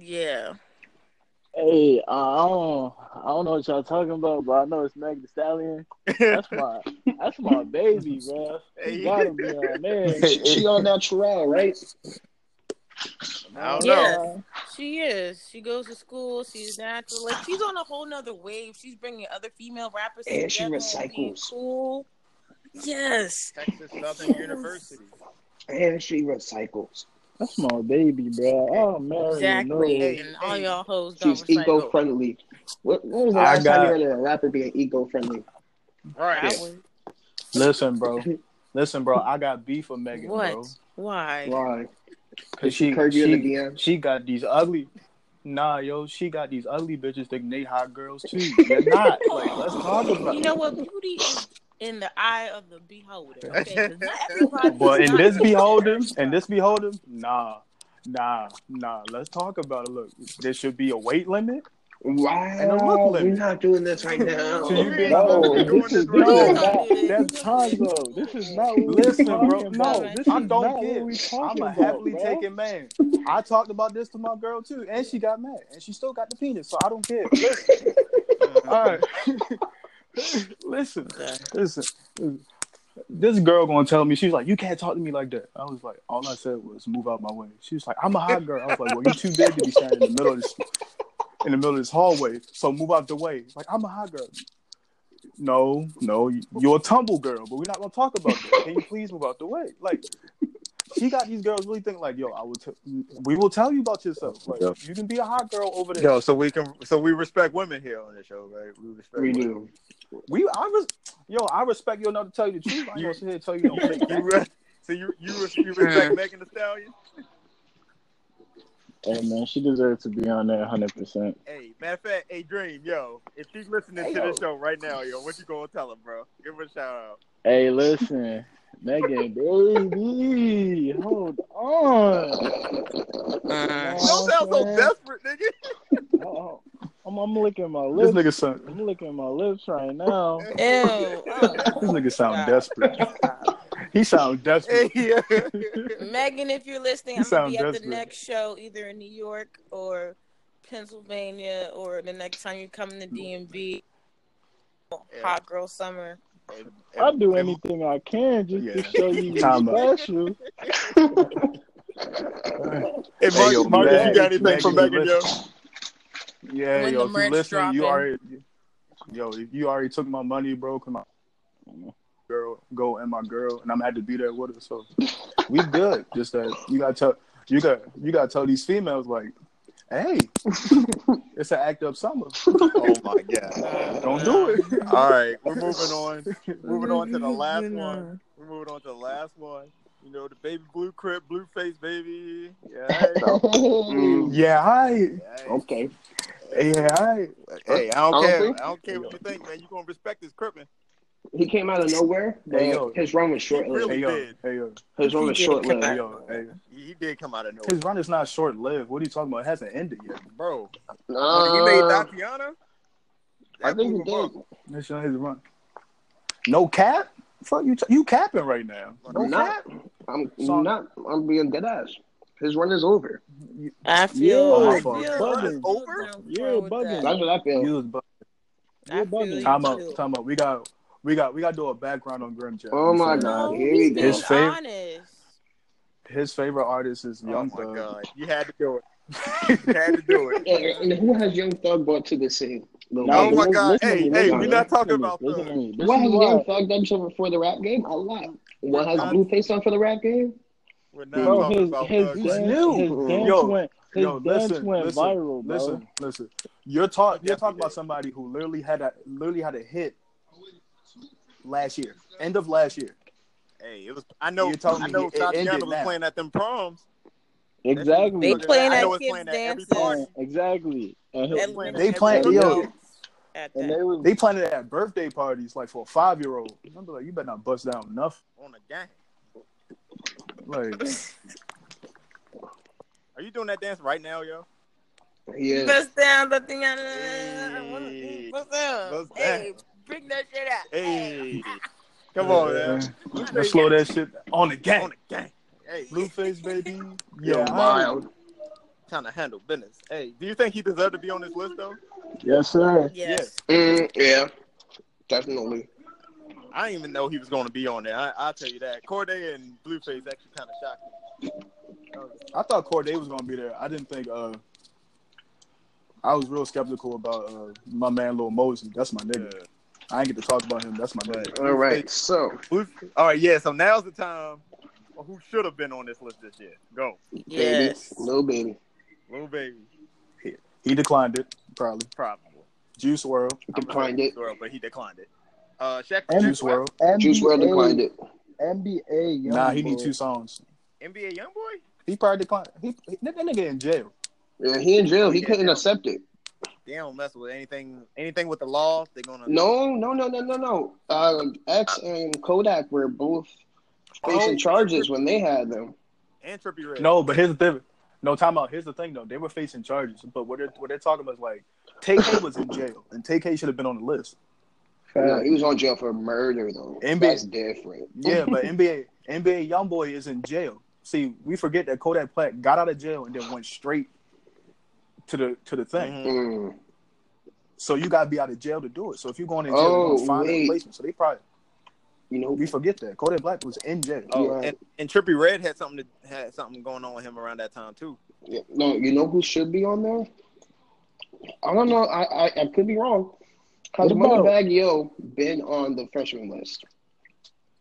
C: Yeah.
A: Hey, uh, I don't, I don't know what y'all talking about, but I know it's Meg the Stallion. That's my that's
D: [LAUGHS]
A: my baby, bro. She
B: Hey.
A: gotta be on there.
E: She, she all natural, right? Oh,
B: I don't
C: Yeah.
B: know.
C: She is. She goes to school. She's natural. Like she's on a whole nother wave. She's bringing other female rappers
E: And she
C: together and being
E: recycles.
C: cool. Yes.
B: Texas Southern University.
E: And she recycles.
A: That's my baby, bro. Oh, marry
C: Exactly.
A: Exactly.
C: And all y'all hoes don't
E: She's eco
C: recycle.
E: friendly. What, what was the
D: I
E: last
D: got-
E: time you heard a rapper being eco friendly?
B: Right.
C: I would-
D: Listen, bro. Listen, bro. I got beef with Megan,
C: What?
D: bro.
C: Why?
E: Why?
D: Cause she
E: Curd you
D: she,
E: in the DM?
D: she got these ugly. Nah, yo, she got these ugly bitches that Nate hot girls too. They're not. Like, let's talk about.
C: You know what? Beauty is in the eye of the beholder. Okay. 'Cause Not
D: [LAUGHS]
C: everybody.
D: But in
C: not-
D: this beholder, in this beholder, nah, nah, nah. Let's talk about it. Look, there should be a weight limit. And a
E: Wow,
D: look
E: we're
D: limit.
E: not doing this right now. [LAUGHS]
D: So you being
A: No,
E: no,
A: this is
B: Doing
A: no.
B: this
C: Please
D: no.
C: don't do this.
D: that's
A: Congo, this is not what
D: Listen,
A: we talking
D: bro.
A: about.
D: No,
A: this
D: I
A: is
D: don't
A: not
D: care.
A: what we talking
D: I'm a
A: about,
D: happily
A: bro.
D: taken man. I talked about this to my girl too, and she got mad, and she still got the penis, so I don't care.
A: [LAUGHS]
D: All right, [LAUGHS] listen,
C: Okay.
D: listen. This girl gonna tell me she's like, you can't talk to me like that. I was like, all I said was move out my way. She was like, I'm a hot girl. I was like, well, you too big to be standing in the middle of this, in the middle of this hallway. So move out the way. Like I'm a hot girl. No, no, you- you're a tumble girl, but we're not gonna talk about that. Can you please move out the way? Like, she got these girls really think like, yo, I will. T- we will tell you about yourself. Like,
B: Yeah.
D: you can be a hot girl over there.
B: Yo, so we can, so we respect women here on this show, right? We respect.
E: we
B: women.
E: do.
D: We, I res- yo, I respect you enough to tell you the truth. I ain't gonna sit here
B: [LAUGHS]
D: and tell you no fake
B: You re- so you you, res- you respect Megan Thee Stallion?
A: Hey man, she deserves to be on there 100. percent
B: Hey, matter of fact, hey Dream, yo, if she's listening
E: Hey,
B: to
E: yo.
B: the show right now, yo, what you gonna tell her, bro? Give her a shout out.
A: Hey, listen, Megan, baby, hold on.
C: Uh,
B: Don't sound so
A: man.
B: desperate, nigga.
A: Oh, I'm, I'm licking my
D: This
A: lips.
D: nigga sound.
A: I'm licking my lips right now.
C: Ew.
D: [LAUGHS]
C: Oh,
D: This nigga sound
C: God. [LAUGHS]
D: desperate. He sound desperate.
B: Hey, yeah.
C: Megan, if you're listening,
D: You
C: I'm gonna be
D: sound
C: at the
D: desperate.
C: next show either in New York or Pennsylvania or the next time you come
D: Mm.
C: to DMV. Hot girl summer.
B: [LAUGHS]
A: I do anything I can just
D: Yeah.
A: to show you you
D: Time out.
A: special.
B: Hey,
D: Hey,
B: Marcus,
D: yo,
B: Marcus,
A: Meg-
B: you got anything
D: Meg
B: for
D: is a
B: Megan, yo?
D: Yeah,
C: When
D: yo,
C: the
D: if you
C: merch
D: listening, you
C: dropping.
D: already, yo, if you already took my money, bro. Come on. girl go and my girl, and I'm gonna have to be there with her. So we good. Just that you gotta tell you got you gotta tell these females like,
B: [LAUGHS]
D: hey, it's an act up summer.
B: Oh my god!
D: Don't do it. [LAUGHS]
B: All right, we're moving on. Moving on to the last one. We're moving on to the last one. You know the baby blue crib, blue face baby.
E: [LAUGHS]
B: Yeah. hey.
E: Mm,
D: Yeah, I.
B: Yeah,
E: okay.
D: Yeah, I.
B: Hey, I don't
E: I don't
B: care.
E: think-
B: I don't care what you think, man. You gonna respect this crip, man.
E: He came out of nowhere, but
D: Hey, yo.
E: his run was short
B: Really?
E: lived.
D: Hey yo,
B: did.
D: hey yo,
E: His run was
C: He did
E: short
C: come
E: lived.
D: hey [LAUGHS]
C: out.
D: yo, hey.
B: He he did come out of nowhere,
D: His run is not short lived. What are you talking about? It hasn't ended yet.
B: bro. When he made
E: Uh,
B: Tatiana,
E: I think he
B: blew him
E: did.
B: up.
D: That's not his run. No cap? Fuck you! you capping right now? No
E: I'm
D: cap?
E: not. I'm
D: Song.
E: not. I'm being dead ass. His run is over.
C: I
A: Yeah,
C: feel, I
D: fuck.
C: feel,
A: Bugging.
B: Over?
A: Yeah, bugging.
E: That's what I
D: You
E: feel.
D: was bu-
C: I
A: You're bugging.
C: feel
D: time
C: you,
D: out.
C: too.
D: Time out. We got. We got. We got to do a background on Grim Jack.
E: Oh my
D: Before-
E: god,
C: No,
E: here we
C: he's being
E: go.
D: His favorite-
C: honest.
D: His favorite artist is
B: Oh
D: Young
B: my
D: Thug.
B: god, you had to do it. You had to do
E: [LAUGHS]
B: it.
E: And, and who has Young Thug brought to the scene? Lil
A: No,
B: Oh
E: Baby.
B: my
A: listen-
B: god,
A: listen to
B: hey,
A: me,
B: hey,
A: listen to
B: we're
A: me,
B: not talking
A: listen to
B: about
A: me, Listen to
B: Thug.
A: me. This
E: What Um,
A: is
E: has
A: why.
E: Young Thug done for, for the rap game? A lot. What has
B: Not-
E: Blueface done for the rap game?
B: We're not
A: Bro,
B: talking
A: his
B: about
A: his
B: Thug.
D: He's
A: dance,
D: new.
A: his dance
D: Yo,
A: went his
D: Yo,
A: dance
D: listen,
A: went
D: listen,
A: viral, bro.
D: listen, listen. You're talking. You're talking
B: Definitely.
D: about somebody who literally had a literally had a hit last year, end of last year.
B: Hey, it was. I know.
D: You're telling
B: I
D: me
B: know.
D: it ended
B: Tatiana was
D: now.
B: playing at them proms.
A: Exactly.
C: They playing
B: I
C: at
B: know it's
C: kids'
B: playing at every
C: dances.
B: party.
A: Yeah, exactly. And,
C: At
A: his-
B: playing
C: Little
D: They playing-
C: Little
D: yo.
C: Girls At
A: and
C: that.
A: they was
D: They planted it at birthday parties, like for a five year old. I'm like, you better not bust down nothing.
B: On the gang.
D: Like,
B: Are you doing that dance right now, yo?
E: Yeah.
C: Bust down, bust down.
B: Hey.
C: What's up?
B: Bust
C: Hey,
B: down.
C: bring that shit out.
D: [LAUGHS]
B: Hey, come on, man.
D: Let's slow that shit on the
B: On
D: gang.
B: the gang. Hey,
D: Blueface, baby.
E: Yo,
D: Yeah, I,
E: wild.
B: trying to handle business. Hey, do you think he deserved to be on this list though?
A: yes sir.
C: Yes.
E: Mm, yeah. Definitely.
B: I didn't even know he was going to be on there. I, I'll tell you that. Corday and Blueface actually kind of shocked me.
D: I thought Corday was gonna be there. I didn't think. uh I was real skeptical about uh, my man Lil Mosey. That's my nigga. I ain't get to talk about him. That's my nigga.
E: All right. So
B: Blue, all right, yeah. So now's the time. for Who should have been on this list this year? Go,
E: baby.
C: Yes.
E: Lil Baby.
B: little baby.
D: He declined it, probably.
B: Probably
D: Juice World.
E: Declined it.
B: Sure, but he declined it. Uh, Shaq,
D: Juice World.
A: NBA,
E: Juice World declined it.
A: NBA. Young
D: Nah, he need two songs.
B: NBA YoungBoy.
D: He probably declined. He, he- that nigga in jail.
E: Yeah, he in jail. He
B: Yeah.
E: couldn't accept it.
B: They don't mess with anything. Anything with the law, they're gonna.
E: No, no, no, no, no, no. Uh, X and Kodak were both facing
B: Oh.
E: charges when they had them.
B: And Trippy Red.
D: No, but here's the thing. No time out. Here's the thing though. They were facing charges, but what they're what they're talking about is like TK was in jail, and TK should have been on the list.
E: No, he was on jail for murder though.
D: NBA.
E: That's different.
D: Yeah,
E: [LAUGHS]
D: but NBA NBA YoungBoy is in jail. See, we forget that Kodak Black got out of jail and then went straight to the to the thing.
B: Mhm.
E: Mm.
D: So you gotta be out of jail to do it. So if you're going in jail,
E: Oh,
D: you're gonna find a
E: wait.
D: replacement. So they probably
E: You know,
D: we forget that Kodak Black was in jail.
B: Oh,
E: Yeah.
B: and, and Trippy Red had something to, had something going on with him around that time too.
E: yeah, no, you know who should be on there? I don't know. I I, I could be wrong.
A: What
E: Cause
A: about-
E: Moneybag Yo been on the freshman list.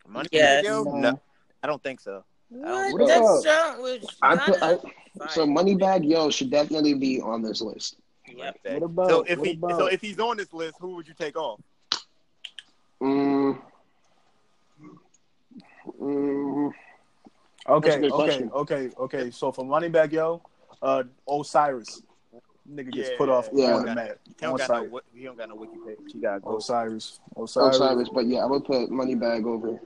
B: Money
C: Yes.
B: Yo? No, I don't think so.
C: What?
E: What
C: that
E: up?
C: song was
E: I put I,
C: Fire.
E: so Moneybag Yo should definitely be on this list.
C: Yep.
B: That-
A: What about-
B: so if
A: what
B: he
A: about-
B: so if he's on this list, who would you take off?
E: Mm. Mm.
D: Okay,
E: That's a good
D: okay,
E: question.
D: okay, okay. So for running back, yo, uh, Osiris, nigga gets
B: Yeah.
D: put off
E: Yeah.
D: on the map.
B: He don't got no
D: Osiris.
B: wi- he don't got no wiki page. He got go.
D: Osiris, Osiris,
E: Osiris, but yeah, I would put Moneybag over.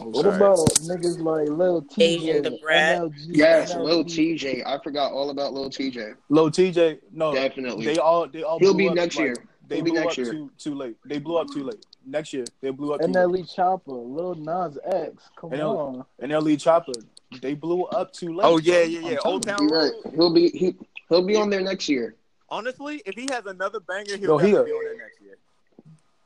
A: What
B: Sorry.
A: about niggas like Lil
C: Asian
A: TJ,
C: the Brat.
A: LLG,
E: Yes,
A: LLG?
E: Lil TJ. I forgot all about Lil TJ.
D: Low TJ. No,
E: Oh, Definitely.
D: they all they all.
E: He'll
D: blew
E: be
D: up,
E: next
D: like,
E: year.
D: They
E: He'll be
D: blew
E: next
D: up
E: year.
D: too too late. They blew up too late. Next year they blew up too late.
A: NLE E Chopper, Lil Nas X. Come
D: NLE.
A: on.
D: And LE Chopper, they blew up too late.
B: Oh yeah, yeah,
D: I'm
B: yeah.
D: telling
B: Old
D: you.
B: Town
E: You're right.
B: Road.
E: He'll be he he'll be on there next year.
B: Honestly, if he has another banger, he'll
D: No, he
B: have to
D: a-
B: be on there next year.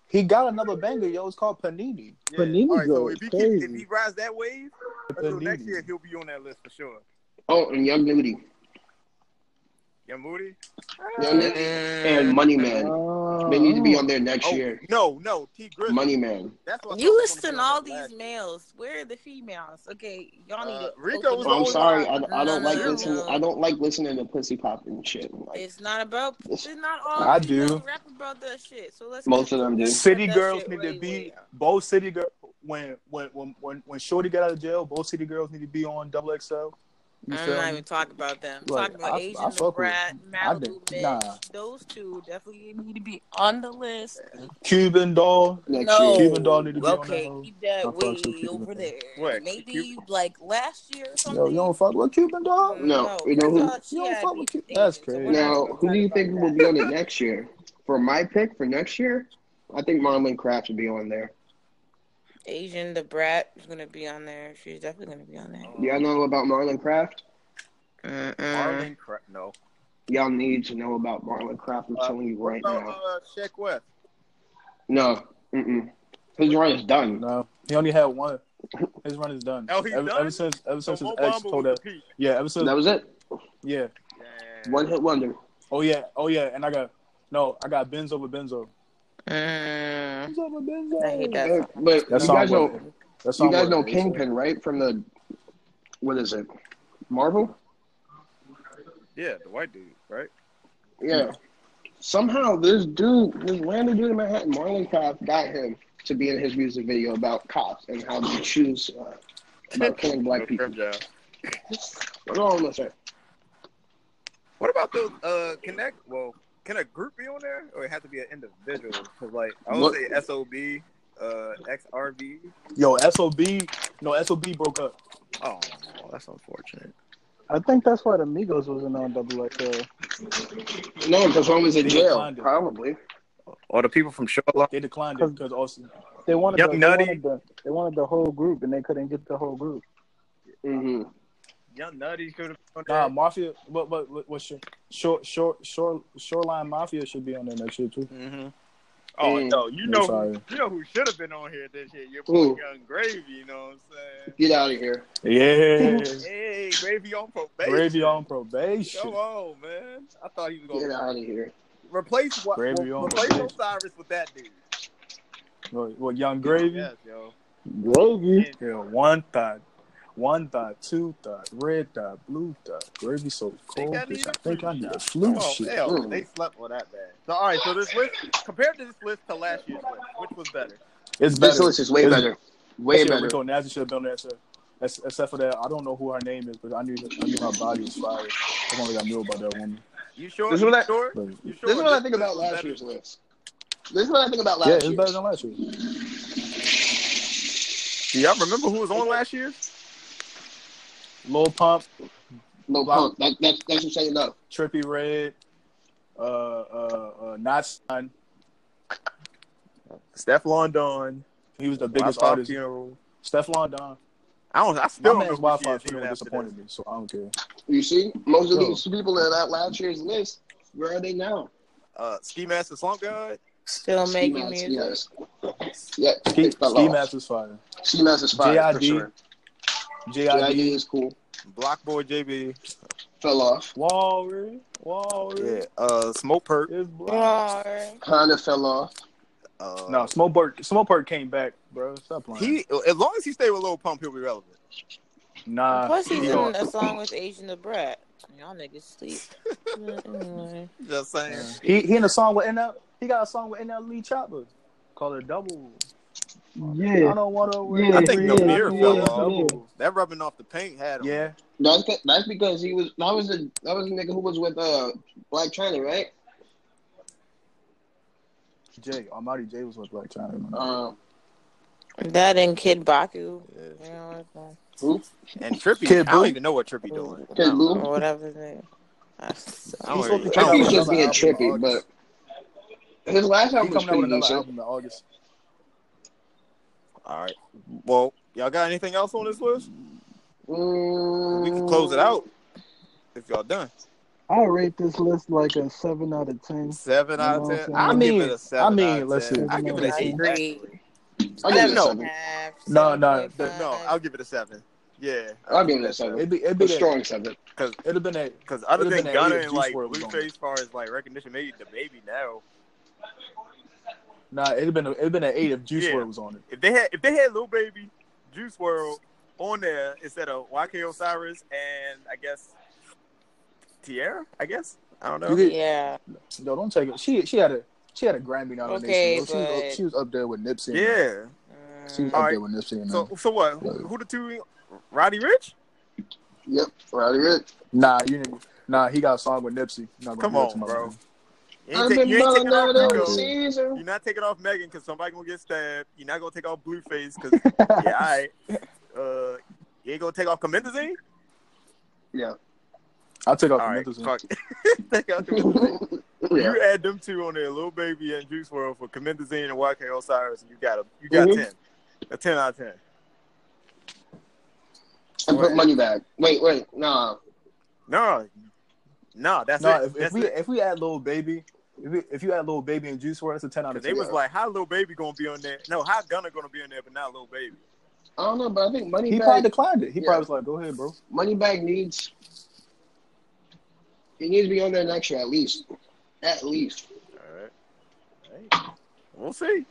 D: He got another banger, yo. It's called Panini.
B: Yeah.
A: Panini
B: All right, so
A: goes
B: if he
A: crazy.
B: keep, if he rides that wave until next
D: Panini.
B: year, he'll be on that list for sure.
E: Oh, and Young Nudie.
B: Yeah, Moody.
E: Young Nudie and Money Man.
A: Oh,
E: They need to be on there next
B: Oh,
E: year.
B: no, no, T Grizzly.
E: Money man.
B: That's what I
C: You
B: was gonna
C: listing
B: say
C: all
B: about last year.
C: these males. Where are the females? Okay, y'all need
B: Uh,
C: to.
B: Rico
C: open
B: was
C: the
E: I'm
C: door.
E: sorry. I,
C: Oh, No,
E: I don't
C: no,
E: like
C: no,
E: listening.
C: no.
E: I don't like listening to pussy popping shit. Like,
C: It's not about. It's not all.
D: I
C: females
D: do.
C: who Rap about that shit. So let's.
E: Most of them do.
C: let's cut
D: City
C: that
D: girls
C: shit
D: need
C: way,
D: to be
C: way out.
D: both city girl when when when when when Shorty got out of jail, both city girls need to be on double XL. You
C: I'm
D: feel
C: not
D: me?
C: even talking about them. I'm
D: Like,
C: talking about
D: I- I
C: Asian
D: fuck
C: the
D: with-
C: Brat,
D: I
C: Malibu
D: did-
C: Mitch.
D: nah.
C: Those two definitely need to be on the list.
D: Cuban doll.
E: next
C: No,
E: year.
D: Cuban doll need to be on
C: okay,
D: that hoe.
C: keep that
D: I fucks with
C: way
D: Cuban
C: over
D: doll.
C: there.
B: What,
C: Maybe
B: Cuban?
C: like last year or
D: Yo,
C: something.
D: you don't fuck with Cuban doll.
E: No, you know
C: first
E: who-
C: off, she
D: you don't
C: had
D: fuck
C: me
D: with Cuban-
C: dating,
D: That's
C: so we're
D: crazy.
C: not
E: Now,
C: gonna
E: who
C: talk
E: do you
C: about
E: think
C: that.
E: will be on it next year? For my pick for next year, I think Marlon Crabs will be on there.
C: Asian the Brat is gonna be on there. She's definitely gonna be on there.
E: Do y'all know about Marlon Craft?
C: Mm-mm.
B: Marlon Cra- no.
E: Y'all need to know about Marlon Craft. I'm
B: Uh,
E: telling you right
B: Oh,
E: now.
B: uh, Shaq West.
E: No, mm-mm. his run is done.
D: No, he only had one. His run is done.
B: Oh, he's
D: ever,
B: done?
D: ever since ever
B: So
D: since his
B: Mo
D: ex
B: Bamba
D: told
B: Uh, was
D: that.
B: the peak.
D: Yeah, ever since
E: That was it.
D: yeah.
B: Yeah.
E: One hit wonder.
D: Oh yeah, oh yeah, and I got no, I got Benz over Benzo.
C: Mm.
D: Benz over
C: I hate
D: Benzo.
C: that.
E: Uh, But
D: That
E: you
D: song
E: guys
D: was-
E: know,
D: That song
E: you guys
D: was
E: know
D: nice, yeah.
E: Kingpin, right? From the what is it? Marvel.
B: yeah, the white dude, right?
E: Yeah. Somehow this dude, this random dude in Manhattan, Marlon Craft, got him to be in his music video about cops and how they choose uh, about
B: [LAUGHS]
E: killing black people.
B: Crab job.
E: That's all I'm gonna say.
B: What about those uh connect? Well, can a group be on there, or it has to be an individual? Because like I would
E: What-
B: say sob, uh, xrv.
D: Yo, SOB, no, SOB broke up.
B: Oh, that's unfortunate.
A: I think that's why the Migos wasn't on Double XL.
E: No, because one was in
D: They
E: jail,
D: declined it.
E: probably.
B: Or the people from Shoreline.
D: They declined it because also
A: They wanted,
B: Young
A: the, they,
B: Nutty.
A: wanted the, they wanted the whole group, and they couldn't get the whole group.
E: hmm
B: Young Nutty could have been
D: nah
B: on
D: mafia. But but what- what's your short short short shoreline mafia should be on there next year too.
B: there. Mm-hmm. Oh
E: Mm.
B: no, you
D: I'm
B: know
D: sorry.
B: who you know who should have been on here this year. Your boy
E: Who?
B: Young Gravy. You know what I'm
E: Get out of here.
B: saying?
D: Yeah,
B: Hey, Gravy on probation.
D: Gravy on
B: Come
D: probation.
B: on, man. I thought he was
E: Get
B: gonna
E: out of here.
B: replace what
D: Gravy on
B: replace
D: probation.
B: Osiris with that dude.
D: What, what young gravy?
B: Yes, yo.
A: Gravy.
D: Yeah, one thought, one thought, two thought, red thought, blue thought. Gravy so cold,
B: I need
D: bitch. I
B: a
D: think I
B: flu
D: need a
B: shot. Oh,
D: flu shit.
B: hell,
E: Mm.
B: they slept on that bad. So, all right, so this list, compared to this list to last year's list, which was better?
D: It's better.
E: This list is way
D: It's-
E: better.
D: That
E: Way
D: shit,
E: better.
D: Rico Nasty should have been on that shit. Ex- Except for that, I don't know who her name is, but I knew I knew her body was fire. I only got knew about that woman.
B: You sure?
E: This is what
B: you
E: I-
B: sure?
D: But,
B: You sure?
E: This is what I
B: this
E: think
B: list
E: about
B: is
E: last
B: better?
E: year's list. This is what I think about
D: yeah,
E: last
D: it's
E: year.
D: better than last year.
B: Do y'all remember who was on last year?
D: Lil Pump,
E: No pump. That, that, that should say enough.
D: Trippy Red, uh, uh, uh, Not Son.
B: Steph London.
D: He was the biggest
B: Wi-Fi
D: artist.
B: Funeral.
D: Steflon Don.
B: I don't. I
D: My
B: still don't know
D: man's
B: who
D: Wi
B: she
D: Fi
B: is even
D: funeral
B: after this.
D: disappointed me, so I don't care.
E: You see, most of
D: Yo.
E: these people that are at last year's list, where are they now?
B: Uh, Ski Master Slump God.
C: Still
E: Ski
C: making
E: Mask,
C: music.
E: yes. Yeah,
D: Ski,
E: they fell
D: ski
E: off.
D: Mask is fire.
E: Ski Mask is fire for
D: JID.
E: sure. JID
D: JID,
E: is cool.
B: Block Boy JB.
E: Fell off.
D: Walry, Walry,
B: Yeah. Uh, Smoke Perk.
D: is black.
C: Rawr.
E: Honda fell off.
B: Uh,
D: No, Smoke Bird, Smoke Bird came back, bro. Stop playing.
B: He as long as he stay with Lil Pump, he'll be relevant.
D: nah.
C: Plus, he's
D: he
C: in
D: gone.
C: a song with Asian the Brat. Y'all niggas [LAUGHS] sleep. anyway.
B: Just saying.
D: He he in a song with NL. He got a song with NL Lee Chopper called a double. I
A: Yeah.
D: don't want to wear.
A: Yeah,
B: I think
D: green,
B: the
D: I
B: beer
D: don't
B: fell
D: wanna
B: off.
D: double.
B: That rubbing off the paint had him.
D: Yeah,
E: That's be- that's because he was that was the that was the nigga who was with uh Black China, right?
D: Jay Almighty Jay was with Black China. man.
E: Uh,
C: That and Kid Baku.
B: Yeah.
C: You know, like,
E: who?
B: And Trippy,
D: Kid
B: I don't
D: Boo.
B: even know what Trippy doing.
C: or-
E: Kid Boo?
C: Or whatever his name. I suck.
B: I don't
D: He's supposed to
B: even-
D: come out
B: I
D: with
E: Trippy's
B: don't-
E: just
D: another
E: being
D: album in
E: trippy, but
D: August.
E: his last
D: He
E: album was
D: coming out with
E: pretty
D: another
E: decent.
D: album in August.
B: All right. Well, y'all got anything else on this list?
E: Mm,
B: We can close it out if y'all done.
A: I rate this list like a 7 out of 10.
B: Seven out of
A: No,
B: ten.
A: seven.
B: I
A: I
B: give
D: mean-
B: it a seven.
D: I mean,
B: out of
D: listen.
B: 10. I give it an
C: I
B: eight.
C: agree.
B: Actually.
E: I'll give it a
B: No.
E: seven.
C: Half,
D: No, no,
C: 7.5.
B: No, I'll give it a seven. Yeah,
E: I'll give it a seven.
D: It'd be it'd be
E: A
D: that,
E: strong seven.
B: Because
D: it'd have been that.
B: because other
D: Would've
B: than
D: been an eight
B: Gunna
D: if
B: and
D: Juice
B: like
D: WRLD was on
B: Blueface, as far as like recognition, maybe the baby now.
D: Nah, it'd been a, it'd been an eight if Juice
B: Yeah.
D: WRLD was on it.
B: If they had if they had Lil Baby, Juice World on there instead of YK Osiris and I guess Tierra, I guess. I don't know.
D: You
C: Yeah.
D: No, don't take it. She she had a she had a Grammy nomination.
C: Okay,
D: though. she, was,
C: but-
D: she was up there with Nipsey. and-
B: Yeah.
D: she
C: Mm,
D: was up
B: Alright.
D: there with Nipsey. and, uh,
B: So so what? Who, who the two? Roddy Rich?
E: Yep, Roddy Rich.
D: nah, you didn't- nah, he got a song with Nipsey. You're not gonna
B: Come
D: do that
B: on,
D: to my
B: bro.
D: man.
B: You
E: I've
B: ain't, ta-
E: been
B: you ain't
E: balling
B: taking off
E: out every
B: Rico.
E: season.
B: You're not taking off Megan because somebody gonna get stabbed. You're not gonna take off Blueface because yeah, all right. Uh, you ain't gonna take off Comendazine.
E: Yeah.
D: I took
B: All
D: off
B: right,
D: the Nipsey.
B: fuck. [LAUGHS] take out Comendazine.
E: [LAUGHS] yeah.
B: You add them two on there, Lil Baby and Juice World for Comendazine and YK Osiris, and you got a you got
E: Mhm.
D: Mm-hmm.
B: ten, a ten out of ten.
E: And put money back. Wait, wait, nah.
B: No, no, that's
D: No,
B: it.
D: if, if
B: that's
D: we
B: it.
D: if we add Lil Baby, if, we, if you add Lil Baby and Juice WRLD, that's a ten out
B: 'Cause
D: of
B: they
D: ten.
B: was like, how Lil Baby gonna be on there? No, how Gunna gonna be on there, but not Lil Baby.
E: I don't know, but I think money
D: he
E: back.
D: probably declined it. He
E: Yeah.
D: probably was like, "Go ahead, bro."
E: Money bag needs he needs to be on there next year at least. At least.
B: All right, all right. we'll see.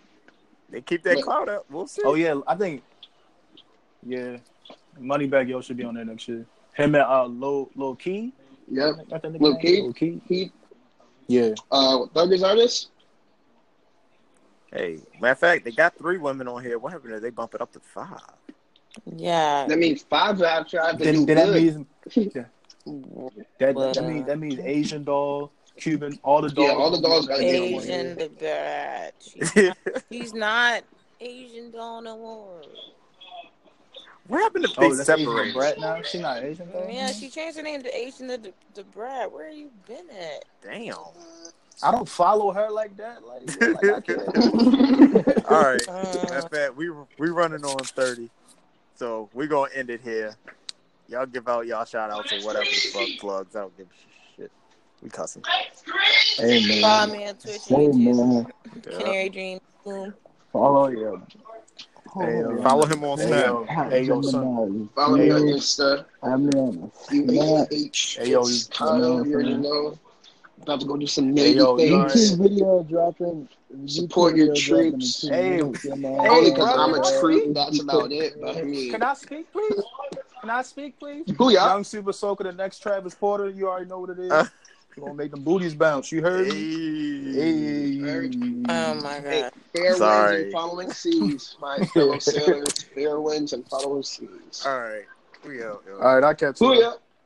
B: They keep that
E: Look.
B: cloud up. We'll see.
D: Oh yeah, I think. Yeah, Moneybag Yo should be on there next year. Him and uh, Lil Lil Key.
E: Yep.
D: Got that nigga
E: Lil
D: name?
E: Key?
D: Lil Key.
E: He
D: Yeah.
E: uh Thuggish artist?
B: Hey, matter of fact, they got three women on here. What happened if they bump it up to five? [LAUGHS]
C: Yeah.
E: That means five jobs tried to
D: Then,
E: do
D: then that
E: good.
D: means
E: [LAUGHS]
C: Mm,
D: that,
C: But,
D: that
C: uh,
D: means that means Asian doll, Cuban, all the dolls.
E: Yeah, all the dolls gotta be on one.
C: Asian the bad.
D: [LAUGHS]
C: He's not Asian Donna Ward.
B: what happened if they
D: Oh, that's Asian
B: separate?
D: Brad now. She not Asian.
E: Mm-hmm.
D: though?
C: Yeah, she changed her name to Asian the the Brad. Where you been at?
B: Damn. All
D: I don't follow her like that. Like, like I
B: [LAUGHS]
D: can't.
B: right. Matter
C: Uh,
B: of fact, we we running on thirty, so we gonna end it here. Y'all give out y'all shout outs or whatever the fuck plugs. I don't give a shit. We cussing.
D: Hey
C: follow
D: man.
C: me on Twitch.
D: Hey
C: and
D: man.
B: Yeah.
C: Canary Dream. Boom.
D: Follow you. Hey,
A: Oh,
D: yo.
B: Follow him on
D: Hey
B: Snap.
D: yo. Hey yo, son.
E: Follow me on
A: Hey,
E: Insta.
A: I'm in.
E: You
A: Yeah.
E: H
D: Hey, yo,
E: it's
D: you-
E: Kyle, you already
A: man.
E: know. About to go do some
D: Hey,
E: Navy
D: yo, you
E: things.
D: alright?
A: YouTube video dropping.
E: Support your
A: YouTube video dropping
E: troops.
A: in two
D: Hey.
A: minutes, you know.
D: Hey,
E: Only because
D: brother,
E: I'm
D: can I
E: a troop,
D: speak?
E: that's about it. But I mean
D: Can I speak, please? Can I speak, please?
E: who y'all?
D: Young Super Soaker, the next Travis Porter. You already know what it is.
B: Uh.
D: you gonna make them booties bounce. You heard me?
B: Hey.
D: Hey. Um,
C: Oh my
E: Hey,
C: god.
E: fair winds
B: Sorry.
E: and following seas, my fellow sailors. Fair winds and following seas.
B: All right. We out. yo.
D: All right, I catch you.
E: Booyah!